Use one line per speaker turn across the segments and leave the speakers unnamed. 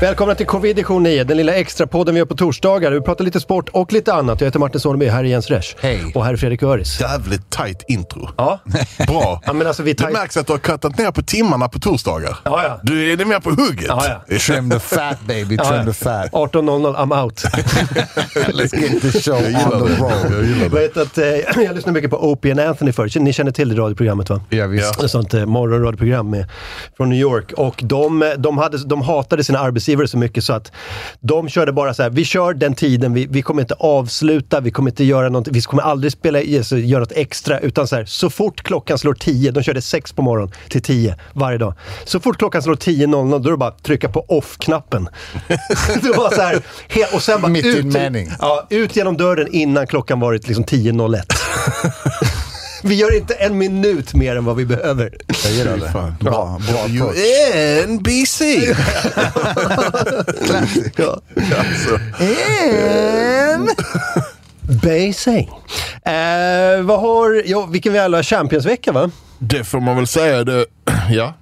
Välkomna till Covidition 9, den lilla extra podden vi gör på torsdagar. Vi pratar lite sport och lite annat. Jag heter Martin Sonneby, här är Jens Resch.
Hej.
Och här är Fredrik Öris.
Jävligt tight intro.
Ja.
Bra.
Ja, men alltså, vi
Det
tajt-
märks att du har cuttat ner på timmarna på torsdagar.
Ja, ja.
Du är det mer på hugget.
Ja, ja.
Trim the fat baby, trim the fat.
18.00, I'm out.
Let's get the show
Jag gillar
on the
det.
road.
Jag gillar
Jag
det.
vet att, eh, jag lyssnade mycket på Opie and Anthony förr. Ni känner till det radioprogrammet va?
Ja, visst.
Ett sånt eh, morgonradioprogram med, från New York. Och de, eh, de, hade, de hatade sina arbetsgivare så mycket så att de körde bara så här, vi kör den tiden, vi, vi kommer inte avsluta, vi kommer inte göra någonting, vi kommer aldrig spela, alltså, göra något extra. Utan så här, så fort klockan slår 10, de körde 6 på morgonen till 10 varje dag. Så fort klockan slår 10.00 då är det bara att trycka på off-knappen. det var så här, he- och sen bara
Mitt i
ut,
en mening.
Ja, ut genom dörren innan klockan varit liksom 10.01. Vi gör inte en minut mer än vad vi behöver.
Jag gillar det. Bra, bra
You
coach.
in BC!
Ja.
alltså,
En-
Basing. Eh, vad har, ja, vilken jävla Champions-vecka va?
det får man väl säga. Det, ja.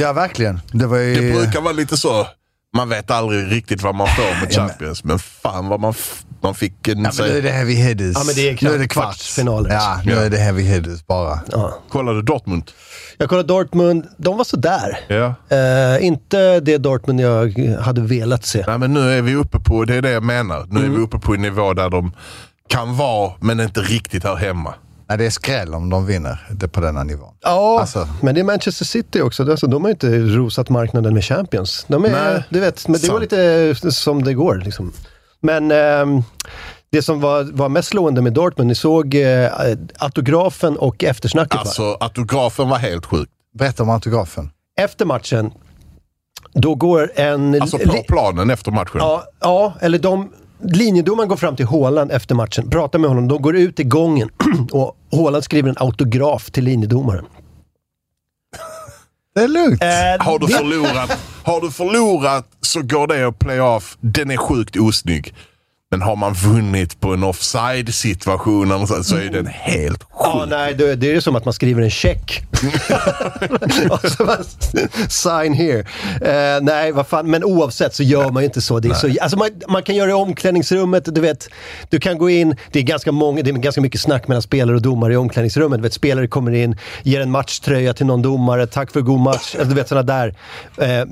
Ja, verkligen. Det var
det
ju...
brukar vara lite så. Man vet aldrig riktigt vad man får med Champions, men fan vad man, f- man fick eh, en...
Ja, men nu är
säg-
det heavy hitters.
Ja, men det är
nu är det
kvarts-
kvarts.
finaler.
Ja, nu
Ja.
är det heavy hitters bara.
Ja.
Kollade Dortmund?
Jag kollade Dortmund, de var sådär.
Ja.
Eh, inte det Dortmund jag hade velat se.
Nej, men nu är vi uppe på, det är det jag menar, nu är vi uppe på en nivå där de kan vara, men inte riktigt här hemma.
Nej, det är skräll om de vinner det på denna nivån.
Ja,
Alltså.
men det är Manchester City också. Alltså, de har ju inte rosat marknaden med Champions. De är,
Nej,
du vet, men det var
sant.
lite som det går. Liksom. Men ehm, det som var, var mest slående med Dortmund, ni såg eh, autografen och eftersnacket va?
Alltså, autografen var helt sjuk.
Berätta om autografen.
Efter matchen, då går en...
Alltså på planen efter matchen.
Mm. Ja, ja, eller de... Linjedomaren går fram till Haaland efter matchen, pratar med honom, de går ut i gången och Haaland skriver en autograf till linjedomaren.
Det är lugnt.
Eh,
Har du
det-
förlorat, har du förlorat så går det att play off. Den är sjukt osnygg. Men har man vunnit på en offside-situation eller så, så är den helt sjuk.
Ja, nej, det, det är som att man skriver en check. Och så bara, Sign here. Eh, nej, vad fan, men oavsett så gör man ju inte så. Det är så alltså man, man kan göra det i omklädningsrummet, du vet. Du kan gå in, det är ganska, många, det är ganska mycket snack mellan spelare och domare i omklädningsrummet. Du vet, spelare kommer in, ger en matchtröja till någon domare, tack för god match. Alltså, du vet sådana där.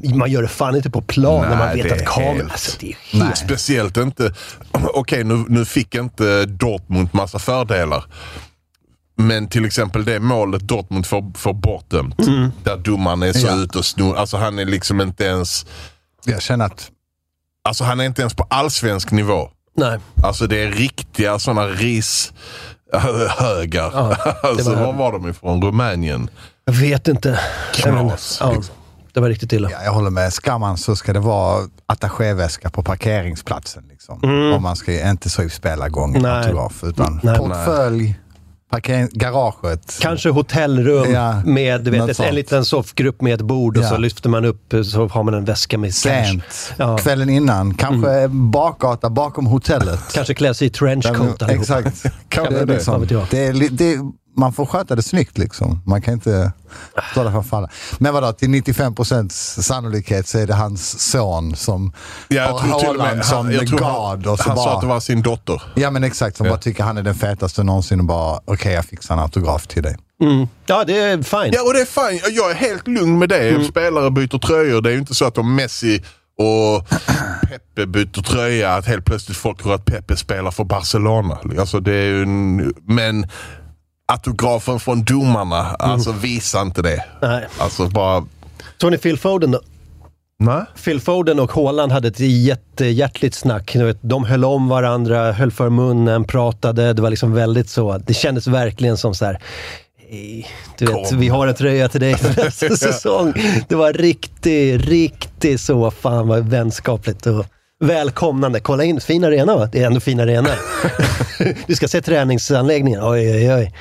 Eh, man gör det fan inte på plan när man
Nej,
vet
det är
att kameran...
helt-
Alltså, det är helt...
Nej. Speciellt inte... Okej, nu, nu fick inte Dortmund massa fördelar. Men till exempel det målet Dortmund får, får bortdömt.
Mm.
Där domaren är så
Ja.
ute och snor. Alltså han är liksom inte ens...
Jag känner att
Alltså han är inte ens på allsvensk nivå.
Nej.
Alltså det är riktiga sådana rishögar.
Ja, det
alltså
var-
var var de ifrån? Rumänien?
Jag vet inte. Jag vet inte.
Knas, liksom.
Ja, det var riktigt illa.
Ja, jag håller med. Ska man så ska det vara attachéväska på parkeringsplatsen. Liksom. Om man ska ju inte så i spelargång
Mm. Nej.
autograf, utan
Nej.
portfölj, parkering, garaget.
Kanske hotellrum
Ja,
med du vet,
något
ett,
sånt.
en liten soffgrupp med ett bord och
Ja.
så lyfter man upp så har man en väska med cash.
Sent,
Ja.
kvällen innan, kanske bakgata bakom hotellet.
Kanske klä sig i trenchcoat allihopa.
Exakt.
Kanske
det är
det.
Vad
liksom,
vet jag.
det är, li- det är, man får sköta det snyggt liksom. Man kan inte ta det för falla. Men vadå, till 95% sannolikhet så är det hans son som har Haaland som the
jag tror
God.
han,
Och så
han
bara,
sa att det var sin dotter.
Ja men exakt, som bara tycker han är den fetaste någonsin och bara okej jag fixar en autograf till dig.
Ja, det är fint.
Ja, och det är fine. Jag är helt lugn med det.
Mm.
Spelare byter tröjor. Det är ju inte så att om Messi och Pepe byter tröja, att helt plötsligt folk tror att Pepe spelar för Barcelona. Alltså, det är ju en, men autografen från domarna, alltså visa inte det.
Nej.
Alltså bara...
Såg ni Phil Foden då?
Nej.
Phil Foden och Haaland hade ett jättehjärtligt snack. Du vet, De höll om varandra, höll för munnen, pratade. Det var liksom väldigt så. Det kändes verkligen som så här. "Hej, Du vet,
Kom."
vi har en tröja till dig för nästa säsong. Det var riktigt, riktigt så. Fan vad vänskapligt och välkomnande. Kolla in, fin arena va? Det är ändå fin arena. du ska se träningsanläggningen. Oj, oj, oj.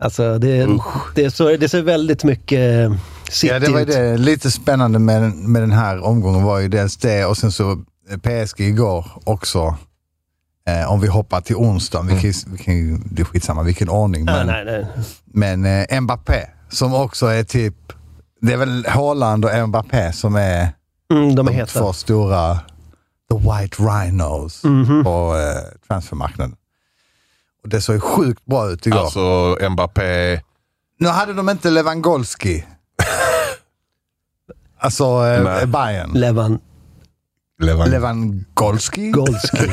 Alltså, det, det, är så, det ser väldigt mycket city
Ja, det var ju
ut.
det. Lite spännande med, med den här omgången var ju dels det och sen så eh, PSG igår också. Eh, om vi hoppar till onsdagen, vi kan, ju- vi kan ju, det är skitsamma vilken ordning.
Ja,
Men,
nej, nej.
men eh, Mbappé som också är typ, det är väl Haaland och Mbappé som är
Mm, de är
de
heta.
två stora, the white rhinos, på eh, transfermarknaden. Och det såg ju sjukt bra ut igår.
Alltså Mbappé.
Nu hade de inte Lewandowski. alltså eh,
Nej.
Bayern.
Levan
Levan.
Lewandowski?
Golski.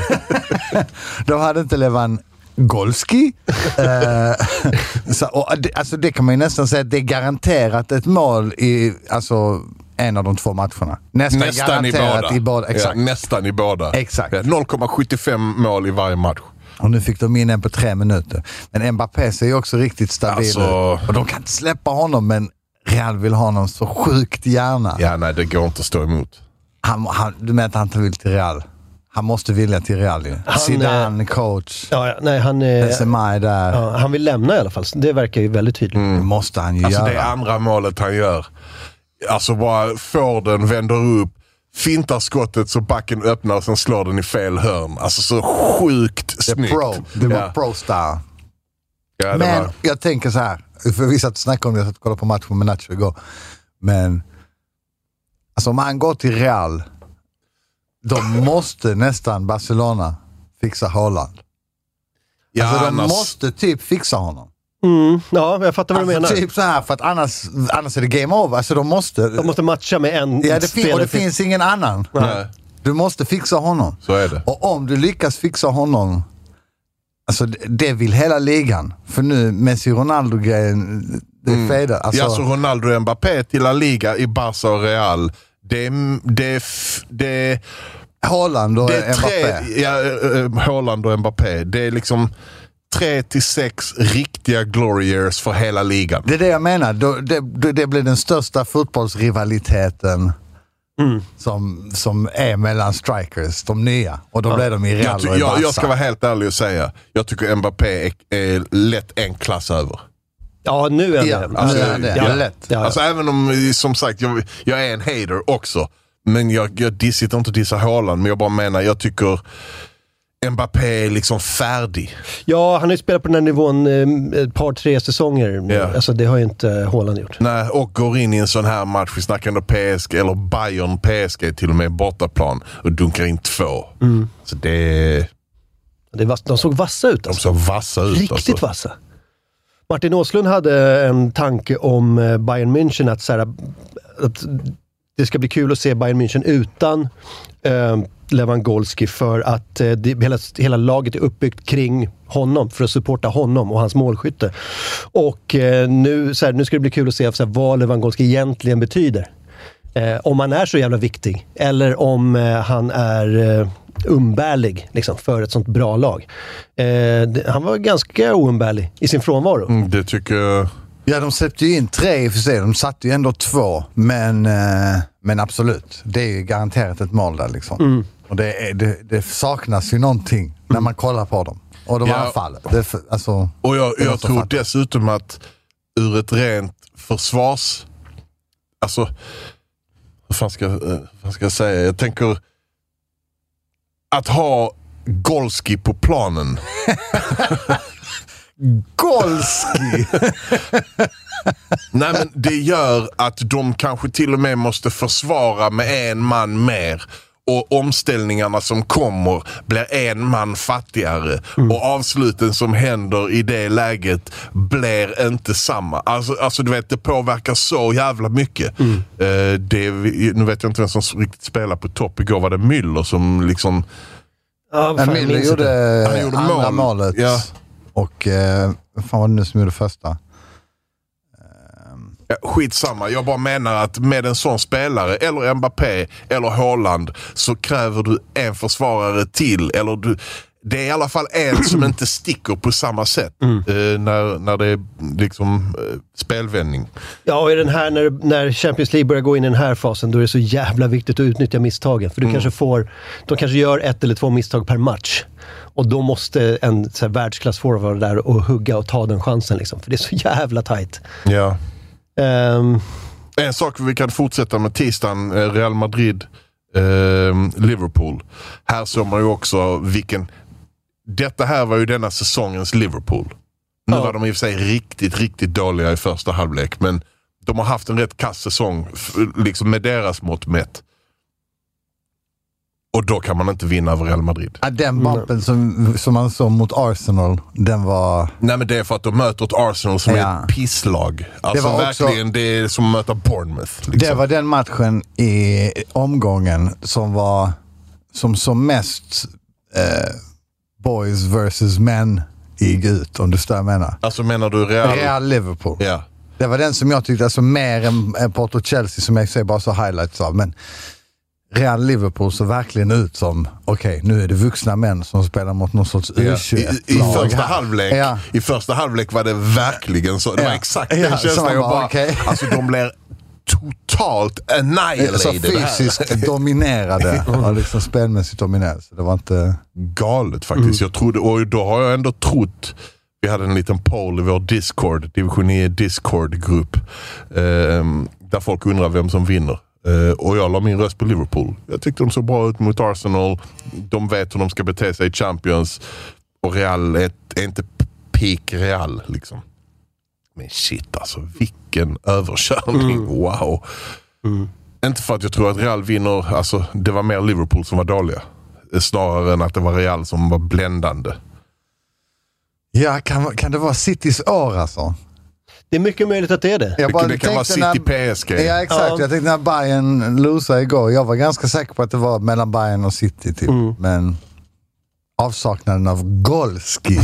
De hade inte Lewandowski. Eh, så, och, det- alltså det kan man ju nästan säga att det är garanterat ett mål i alltså, en av de två matcherna. Nästan,
Nästan i
garanterat
båda.
i båda. Exakt.
Ja, nästan i båda.
Exakt.
Ja, 0,75 mål i varje match.
Och nu fick de in en på tre minuter. Men Mbappé ser ju också riktigt stabil
Alltså-
ut. Och de kan inte släppa honom, men Real vill ha honom så sjukt gärna.
Ja, nej, det går inte att stå emot.
Han, han, du menar att han inte vill till Real? Han måste vilja till Real ju.
Han,
Zidane, coach,
Ja, ja, nej, han, eh,
Benzema är där.
ja, han vill lämna i alla fall. Det verkar ju väldigt tydligt.
Det måste han ju
Alltså det
göra.
andra målet han gör. Alltså bara får den, vänder upp, fintar skottet så backen öppnar och sen slår den i fel hörn. Alltså så sjukt
Det är
snyggt.
pro. Det var
ja.
pro-style.
Ja, det
Men
var.
jag tänker så här, för vi satt och snackade om det, jag satt och kollade på matchen med Nacho igår. Men alltså om han går till Real, då måste nästan Barcelona fixa Haaland.
Ja,
alltså de
annars,
måste typ fixa honom.
Mm, ja, jag fattar vad du
Alltså,
menar.
typ så här, för att annars, annars är det game over. Alltså de måste.
De måste matcha med en
ja, det fin- och
spelare.
det finns ingen annan.
Nej,
Du måste fixa honom.
så är det.
Och om du lyckas fixa honom, alltså det- det vill hela ligan. För nu, Messi-Ronaldo-grejen, det är fejdar. Alltså,
Mm. ja, så Ronaldo och Mbappé till La Liga i Barca och Real. Det är, det är, f- det är,
Haaland och
det är
Mbappé.
tre, ja, eh, eh, Haaland och Mbappé. Det är liksom tre till sex riktiga glory years för hela ligan.
Det är det jag menar. Då- Det, det, det blir den största fotbollsrivaliteten
Mm.
som, som är mellan strikers, de nya. Och då blir de i Real
Jag,
och i
ty- jag, jag
Barca.
ska vara helt ärlig och säga, jag tycker Mbappé är, är lätt en klass över.
Ja, nu är det.
Ja,
alltså,
nu är det.
ja.
det är lätt.
Ja,
Alltså även om, eh, som sagt, jag, jag är en hater också. Men jag, jag diss- sitter inte och dissar Haaland, men jag bara menar, jag tycker Mbappé är liksom färdig.
ja, han har ju spelat på den här nivån eh, ett par, tre säsonger.
Ja.
Alltså, det har ju inte Haaland gjort.
Nej, och går in i en sån här match, vi snackar ändå PSG, eller Bayern PSG till och med, bortaplan och dunkar in två. Så det är,
Det är vass, de såg vassa ut
de
alltså.
ser vassa ut.
Riktigt
alltså.
vassa. Martin Åslund hade en tanke om eh, Bayern München, att, så här, att det ska bli kul att se Bayern München utan eh, Lewandowski för att eh, det, hela, hela laget är uppbyggt kring honom, för att supporta honom och hans målskytte. Och eh, nu, så här, nu ska det bli kul att se så här, vad Lewandowski egentligen betyder. Eh, om han är så jävla viktig, eller om eh, han är eh, umbärlig liksom, för ett sånt bra lag. Eh, det, han var ganska oumbärlig i sin frånvaro.
Mm, det tycker jag.
Ja, de släppte ju in tre i och för sig. De satte ju ändå två. Men, eh, men absolut, det är ju garanterat ett mål där liksom. Och det, är, det, det saknas ju någonting när man kollar på dem. Och de
Ja.
anfaller. Det, är för- alltså,
Och jag,
är
jag
något som
tror
fattas.
dessutom att ur ett rent försvars... Alltså, hur fan ska, jag- eh, vad ska jag säga? Jag tänker att ha Golski på planen.
Golski!
Nej, men det gör att de kanske till och med måste försvara med en man mer. Och omställningarna som kommer blir en man fattigare. Och avsluten som händer i det läget blir inte samma. Alltså, alltså du vet, det påverkar så jävla mycket. Eh, det, nu vet jag inte vem som riktigt spelar på topp. Igår var det Müller som liksom...
Ja,
Men
fan, jag
Müller
minns
gjorde,
inte.
Han gjorde
andra
mål.
målet.
Ja.
Och eh, vad fan var det nu som gjorde första?
Ja, Skitsamma, jag bara menar att med en sån spelare, eller Mbappé, eller Haaland, så kräver du en försvarare till. Eller du, det är i alla fall en som inte sticker på samma sätt eh, när, när det är liksom eh, spelvändning.
Ja, och i den här, när, när Champions League börjar gå in i den här fasen, då är det så jävla viktigt att utnyttja misstagen. För du
Mm.
kanske får, de kanske gör ett eller två misstag per match. Och då måste en så här, världsklassforward vara där och hugga och ta den chansen. Liksom, för det är så jävla tajt.
Ja.
Ehm,
En sak vi kan fortsätta med tisdagen, eh, Real Madrid, eh, Liverpool. Här såg man ju också vilken... Detta här var ju denna säsongens Liverpool. Nu
Ja.
var de i och för sig riktigt, riktigt dåliga i första halvlek, men de har haft en rätt kass säsong, f- liksom med deras mått mätt. Och då kan man inte vinna över Real Madrid.
Ja, Den bumpen som, som man såg mot Arsenal, den var...
Nej men det är för att de möter ett Arsenal som är
Ja.
ett pisslag. Alltså
var också-
verkligen, det är som att möta Bournemouth. Liksom.
Det var den matchen i omgången som var som, som mest eh, boys versus men gick ut, om du förstår vad jag menar.
Alltså menar du Real?
Real Liverpool.
Ja.
Det var den som jag tyckte, alltså mer än, än Porto-Chelsea som jag ser bara så highlights av, men Real Liverpool såg verkligen ut som, okej, nu är det vuxna män som spelar mot någon sorts
Ja.
U21.
I, i, första halvlek,
Ja.
I första halvlek var det verkligen så. Det var
Ja.
exakt
Ja, så
den känslan.
man
Jag
bara,
bara,
okej.
Alltså de blir totalt annihilated.
Så
Det här
Alltså, fysiskt dominerade. Ja, liksom spelmässigt dominerade. Så det var inte...
galet faktiskt. Jag trodde, och då har jag ändå trott, vi hade en liten poll i vår Discord, Division 9 Discord-grupp, ehm, där folk undrar vem som vinner. Eh, och jag la min röst på Liverpool. Jag tyckte de såg bra ut mot Arsenal. De vet hur de ska bete sig i Champions. Och Real är, är inte peak Real. Liksom. Men shit alltså, vilken överkörning. Wow. Inte för att jag tror att Real vinner, alltså det var mer Liverpool som var dåliga. Eh, Snarare än att det var Real som var bländande.
Ja, kan, kan det vara Citys år alltså?
Det är mycket möjligt att det är det.
Jag
det kan vara
tänkte
City PSG.
Ja, exakt.
Ja.
Jag tänkte när Bayern losade igår. Jag var ganska säker på att det var mellan Bayern och City, typ. Men avsaknaden av Golski.
Nej,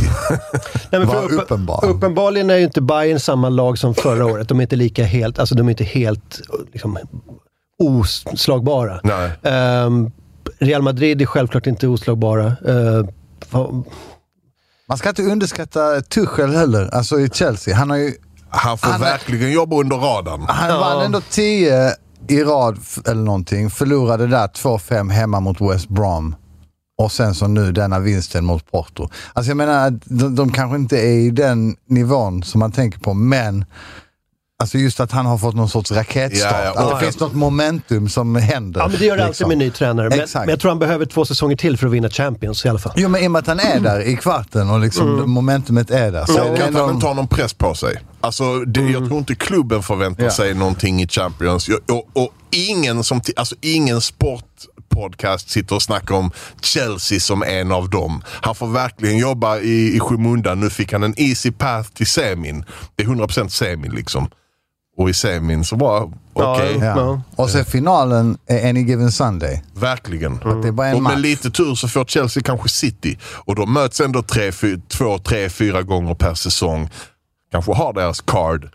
men
Var
för uppe-
uppenbar.
Uppenbarligen är ju inte Bayern samma lag som förra året. De är inte lika helt, alltså de är inte helt liksom, oslagbara.
Nej.
Ehm, Real Madrid är självklart inte oslagbara. Ehm, vad-
Man ska inte underskatta Tuchel heller, alltså i Chelsea. Han har ju...
Han får
Han är-
verkligen jobba under radarn.
Han
Ja.
vann ändå 10 i rad f- eller någonting. Förlorade där 2-5 hemma mot West Brom. Och sen så nu denna vinsten mot Porto. Alltså jag menar, att de, de kanske inte är i den nivån som man tänker på, men Alltså just att han har fått någon sorts raketstart.
Ja, ja,
att det
och-
finns något momentum som händer.
ja, men det gör det alltid
liksom.
med en ny tränare. Men,
Exakt.
men jag tror han behöver två säsonger till för att vinna Champions i alla fall.
Jo, men i och med att han är där i kvarten och liksom
Mm.
momentumet är där. Så är
Och
det
att han
ändå-
inte har någon press på sig. Alltså, det, Jag tror inte klubben förväntar
Mm. Ja.
sig någonting i Champions. Jag, och, och ingen, som, ti- alltså, ingen sportpodcast sitter och snackar om Chelsea som en av dem. Han får verkligen jobba i, i skymundan. Nu fick han en easy path till semin. Det är 100% semin liksom. Och i semin så bara, okej.
Ja.
ja. Och sen finalen är Any Given Sunday.
Verkligen.
det är bara en
och med
match.
lite tur så får Chelsea kanske City. Och de möts ändå tre, fy, två, tre, fyra gånger per säsong. Kanske har deras card.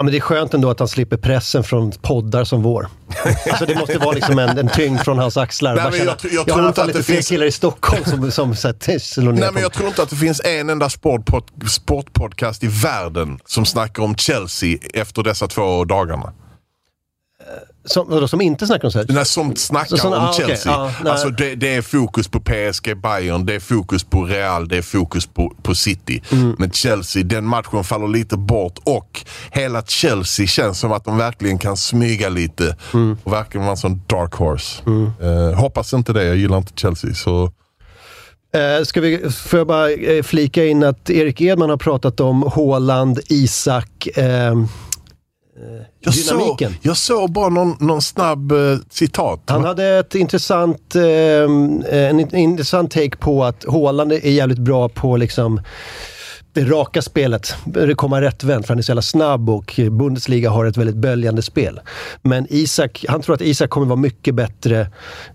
Ja, men det är skönt ändå att han slipper pressen från poddar som vår. Alltså det måste vara liksom en, en tyngd från hans axlar.
Nej,
Bara
men jag
känna,
tror- jag
har
tror
i alla
inte
fall
att det
lite fler
finns-
killar i Stockholm som, som så här, slår ner
Nej,
på
men
mig.
jag tror inte att det finns en enda sportpod- sportpodcast i världen som snackar om Chelsea efter dessa två dagarna.
som, vadå, som inte snackar om så här.
Nej, som snackar
Så- såna-
om
ah, okej,
Chelsea.
ah, nej.
alltså, det, det är fokus på PSG, Bayern, det är fokus på Real, det är fokus på, på City.
Mm.
Men Chelsea, den matchen faller lite bort och hela Chelsea känns som att de verkligen kan smyga lite
Mm.
och verkligen vara en sån dark horse. Eh, hoppas inte det, jag gillar inte Chelsea. Så
Eh, Ska vi, får jag bara eh, flika in att Erik Edman har pratat om Haaland, Isak, eh,
jag, såg,
dynamiken.
jag såg bara någon, någon snabb eh, citat.
Han hade ett intressant, eh, en in- intressant take på att Haaland är jävligt bra på liksom det raka spelet, det kommer rättvänt för han är så jävla snabb och Bundesliga har ett väldigt böljande spel. Men Isak, han tror att Isak kommer vara mycket bättre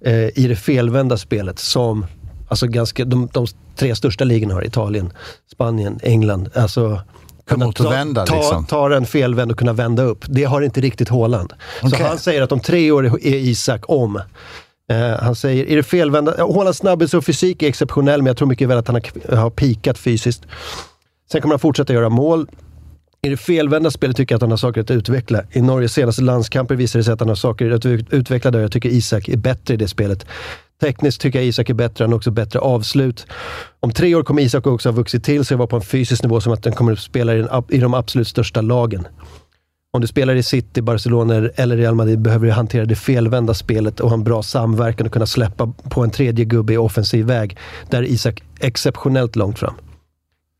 eh, i det felvända spelet som alltså ganska, de, de tre största ligorna har, Italien, Spanien, England. Alltså, kunna
emot och vända,
ta,
liksom.
ta den felvänd och kunna vända upp. Det har inte riktigt Haaland. Så
Okej.
han säger att om tre år är Isak om. Eh, han säger, är det felvända... ja, Haalands snabbhet och fysik är exceptionell, men jag tror mycket väl att han har, kv- har pikat fysiskt. Sen kommer han fortsätta göra mål. I det felvända spelet tycker jag att han har saker att utveckla. I Norges senaste landskamper visade det sig att han har saker att ut- utveckla där. Jag tycker Isak är bättre i det spelet. Tekniskt tycker jag Isak är bättre, han har också bättre avslut. Om tre år kommer Isak också ha vuxit till sig och vara på en fysisk nivå som att den kommer att spela i, den, ab- i de absolut största lagen. Om du spelar i City, Barcelona eller Real Madrid behöver du hantera det felvända spelet och ha en bra samverkan och kunna släppa på en tredje gubbe i offensiv väg. Där är Isak exceptionellt långt fram.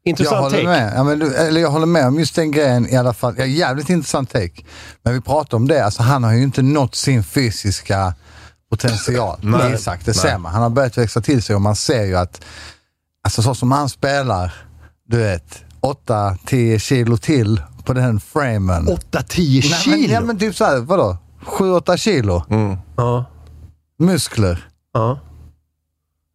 jag
Intressant
håller
take.
Med. Ja, men, du- eller jag håller med om just den grejen i alla fall. Ja, jävligt intressant take. Men vi pratar om det, alltså, han har ju inte nått sin fysiska potential. Minst sagt, det ser man. Han har börjat växa till sig och man ser ju att, alltså så som han spelar, du vet, 8-10 kilo till på den framen.
8-10
Nej, men-
kilo! Mm.
Ja men typ såhär, vadå? 7-8 kilo
Ja,
muskler.
ja.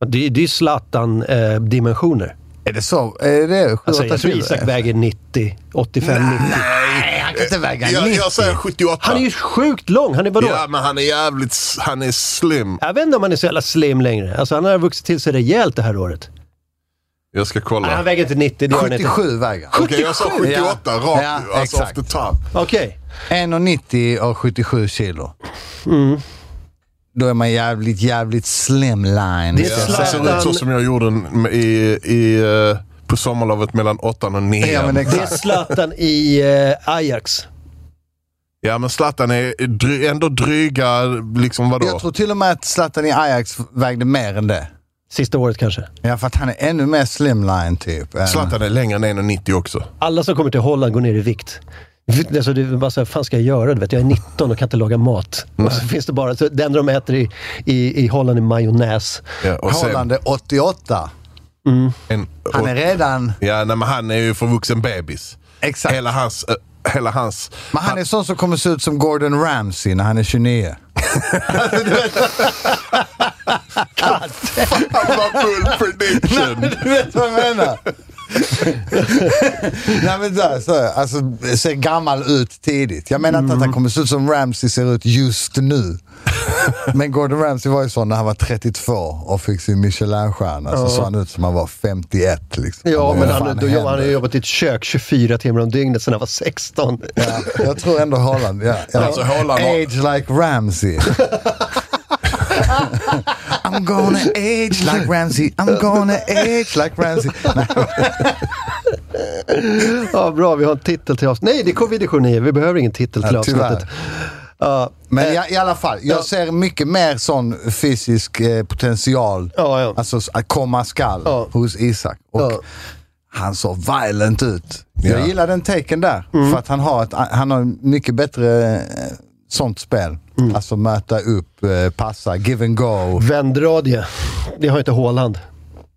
Det, det är ju Zlatan-dimensioner.
Är det så? Är det 7-8
alltså, jag tror
kilo?
Isak väger 90, 85, 90.
Nej,
han kan inte väga
jag,
90.
jag säger 78.
Han är ju sjukt lång! Han är vadå?
Ja, men han är jävligt... s- Han är slim.
Jag vet inte om han är så jävla slim längre. Alltså han har vuxit till sig rejält det här året.
Jag ska
Nej,
kolla.
han väger inte 90, det gör han inte.
77 väger han.
Okej, jag sa
77, ja.
78 rakt
Ja,
nu. Alltså off
exakt.
the top.
Okej.
1,90 och 77 kilo.
Mm.
Då är man jävligt, jävligt slimline.
Det är
Ja, Han ser
Zlatan-
ut så som jag gjorde en- i, i, eh, på sommarlovet mellan 8 och 9.
Ja, men
Det är
exakt.
Zlatan i eh, Ajax.
Ja, men Zlatan är dry, ändå dryga, liksom vadå?
Jag tror till och med att Zlatan i Ajax vägde mer än det.
Sista året kanske.
Ja, för att han är ännu mer slimline typ. än-
Zlatan är längre än 1,90 också.
Alla som kommer till Holland går ner i vikt. Alltså, det är bara så här, fan ska jag göra? Du vet, jag är 19 och kan inte laga mat. Och så finns det bara, så det enda de äter i, i, i Holland är majonnäs.
Ja, och sen
Haaland är 88.
en, och,
Han är redan...
ja, nej, men han är ju förvuxen bebis.
Exakt.
Hela hans... eh, hela hans
Men han är sån som kommer se ut som Gordon Ramsay när han är 29.
han var full prediction!
Du vet vad jag menar? Nej men där, så, alltså, ser gammal ut tidigt. Jag menar inte
Mm.
att han kommer se ut som Ramsay ser ut just nu. Men Gordon Ramsay var ju sån när han var 32 och fick sin Michelinstjärna. Så såg han ut som han var 51. Liksom.
Ja,
Vad
men
fan
han, då jobbar, han har
händer?
ju jobbat i ett kök 24 timmar om dygnet sedan han var 16.
Ja, jag tror ändå Holland. Ja, ja.
Alltså, Haaland har-
Age like Ramsey. I'm gonna age like Ramsey, I'm gonna age like Ramsey. Nej,
Ja, bra, vi har en titel till avsnittet. Nej, det är covid-19. Vi behöver ingen titel till
Ja, tyvärr.
avsnittet. Ja,
men jag, i alla fall, jag ser mycket mer sån fysisk eh, potential,
Ja, ja.
alltså s- att komma skall,
Ja.
hos Isak. Och
Ja.
Han såg violent ut.
Ja.
Jag gillar den taken där,
Mm.
för att han har, ett, han har mycket bättre eh, sånt spel.
Mm.
Alltså möta upp, eh, passa, give and go.
vändradie. Det har inte Haaland.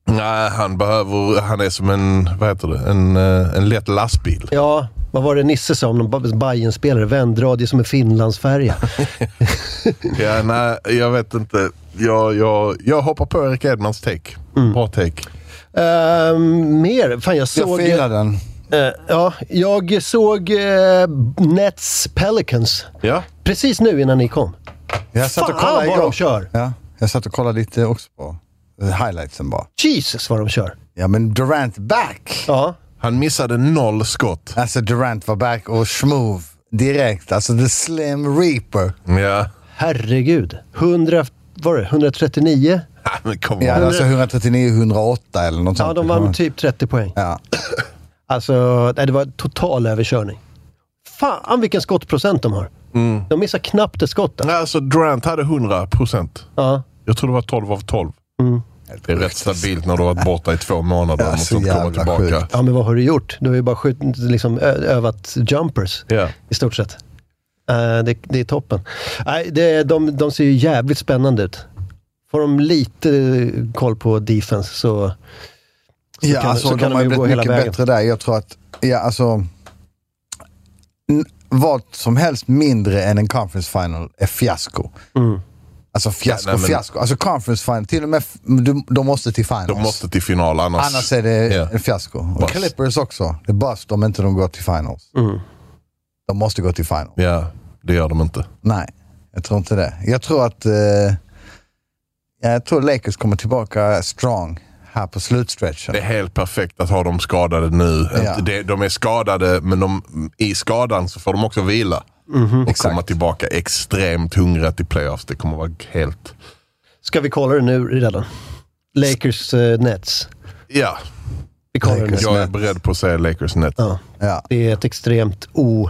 Nej, han behöver... Han är som en, vad heter det, en, eh, en lätt lastbil.
Ja, vad var det Nisse sa om någon Bajen-spelare? Vändradie som en Finlandsfärja.
Ja, nej, jag vet inte. Jag, jag, jag hoppar på Erik Edmans take.
Mm.
Bra take.
Ehm, mer? Fan, jag
Jag
såg...
filar den.
eh, ja, jag såg eh, Nets Pelicans.
Ja.
Precis nu innan ni kom.
Jag satt och
Fan
kollade
vad
igår.
de kör!
Ja, jag satt och kollade lite också på eh, highlightsen bara.
Jesus vad de kör!
Ja, men Durant back!
Ja.
Han missade noll skott.
Alltså Durant var back och smooth direkt. Alltså the slim reaper.
Ja.
Herregud. 100, var det, 139?
Ja, Men kom
Ja,
on.
alltså 139-108 eller något
Ja,
sånt. liksom.
de vann typ 30 poäng.
Ja.
Alltså, nej, det var total överkörning. Fan vilken skottprocent de har. De missar knappt ett skott. där.
Nej, Alltså Durant hade 100 procent.
Ja.
Jag tror det var 12 av 12. Det är rätt stabilt när du har varit borta i två månader
Mm. Ja,
och
så
måste komma
jävla
tillbaka.
sjukt.
ja, men vad har du gjort? Du har ju bara skjut, liksom, ö- övat jumpers
Ja.
i stort sett. Eh, det, det är toppen. Nej, det, de, de ser ju jävligt spännande ut. Får de lite eh, koll på defense så...
Ja,
kan- så
alltså
kan
de
de
har
ju
ju
gå
blivit
hela
mycket
vägen.
bättre där. Jag tror att, ja alltså, n- vad som helst mindre än en conference final är fiasko.
Mm.
Alltså fiasko,
Ja, nej, men-
fiasko. Alltså conference final, till och med, f- du, de måste till finals.
De måste till final annars.
Annars är det
Ja.
en fiasko. Och
Bust.
Clippers också. Det är bust om inte de går till finals.
Mm.
De måste gå till finals.
Ja, det gör de inte.
Nej, jag tror inte det. Jag tror att eh, ja, jag tror Lakers kommer tillbaka strong här på slutstretchen.
Det är helt perfekt att ha dem skadade nu.
Ja.
Det- De är skadade, men de, i skadan så får de också vila. Och komma tillbaka extremt hungriga till playoffs. Det kommer vara helt...
Ska vi kolla det nu redan? Lakers eh, Nets.
Ja,
Vi kollar det nu.
Lakers.
jag är
Nets.
beredd på att säga Lakers Nets.
Ja.
Ja.
Det är ett extremt o...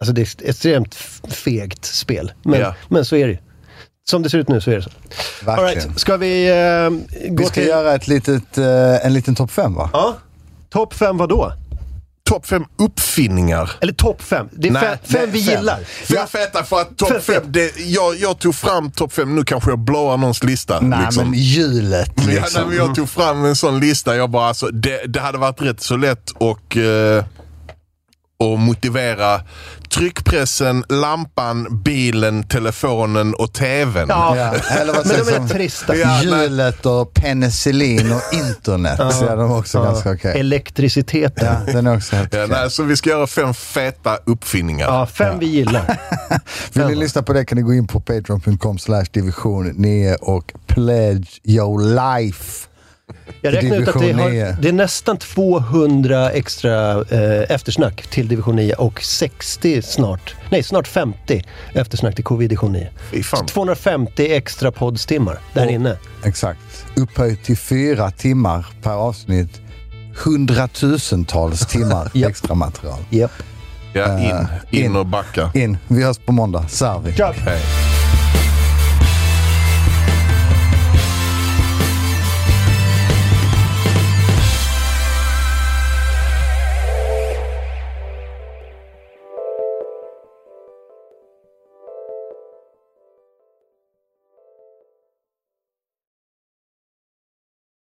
Alltså det är ett extremt f- fegt spel. Men,
Ja.
men så är det ju. Som det ser ut nu så är det så. All
Verkligen.
right, ska vi eh, gå
Vi ska
till...
göra ett litet, eh, en liten topp fem va?
Ja. Topp fem vadå?
topp fem uppfinningar.
Eller topp fem. Det är
Nej,
fem, fem
nej,
vi gillar.
För jag feta för att topp fem, det, jag, jag tog fram topp fem, nu kanske jag blåar någons lista.
Nej,
liksom.
men hjulet
Men jag,
liksom.
nej, men jag tog fram en sån lista. Jag bara, alltså, det, det hade varit rätt så lätt och, eh, och motivera tryckpressen, lampan, bilen, telefonen och tvn.
Ja.
Ja, eller vad
Men de
sägs
är
om
trista.
Ja, nej.
hjulet och penicillin och internet? ja, de är också ganska okej.
Elektriciteten.
Ja,
Ja.
den är också helt
Ja,
okej.
nej, så vi ska göra fem feta uppfinningar.
fem vi gillar.
Vill ni lyssna på det kan ni gå in på patreon.com slash division 9 och pledge your life.
Jag räknar ut att det,
Division nio.
har, det är nästan 200 extra eh, eftersnack till division 9 och 60 snart, nej snart 50 eftersnack till covid-division 9.
Fy fan.
250 extra poddstimmar där inne.
Exakt. Upphöjt till fyra timmar per avsnitt. Hundratusentals timmar
Japp.
extra material.
Japp.
Ja, Eh, in, in och backa.
In. Vi hörs på måndag. Servi.
Kör!
Hej.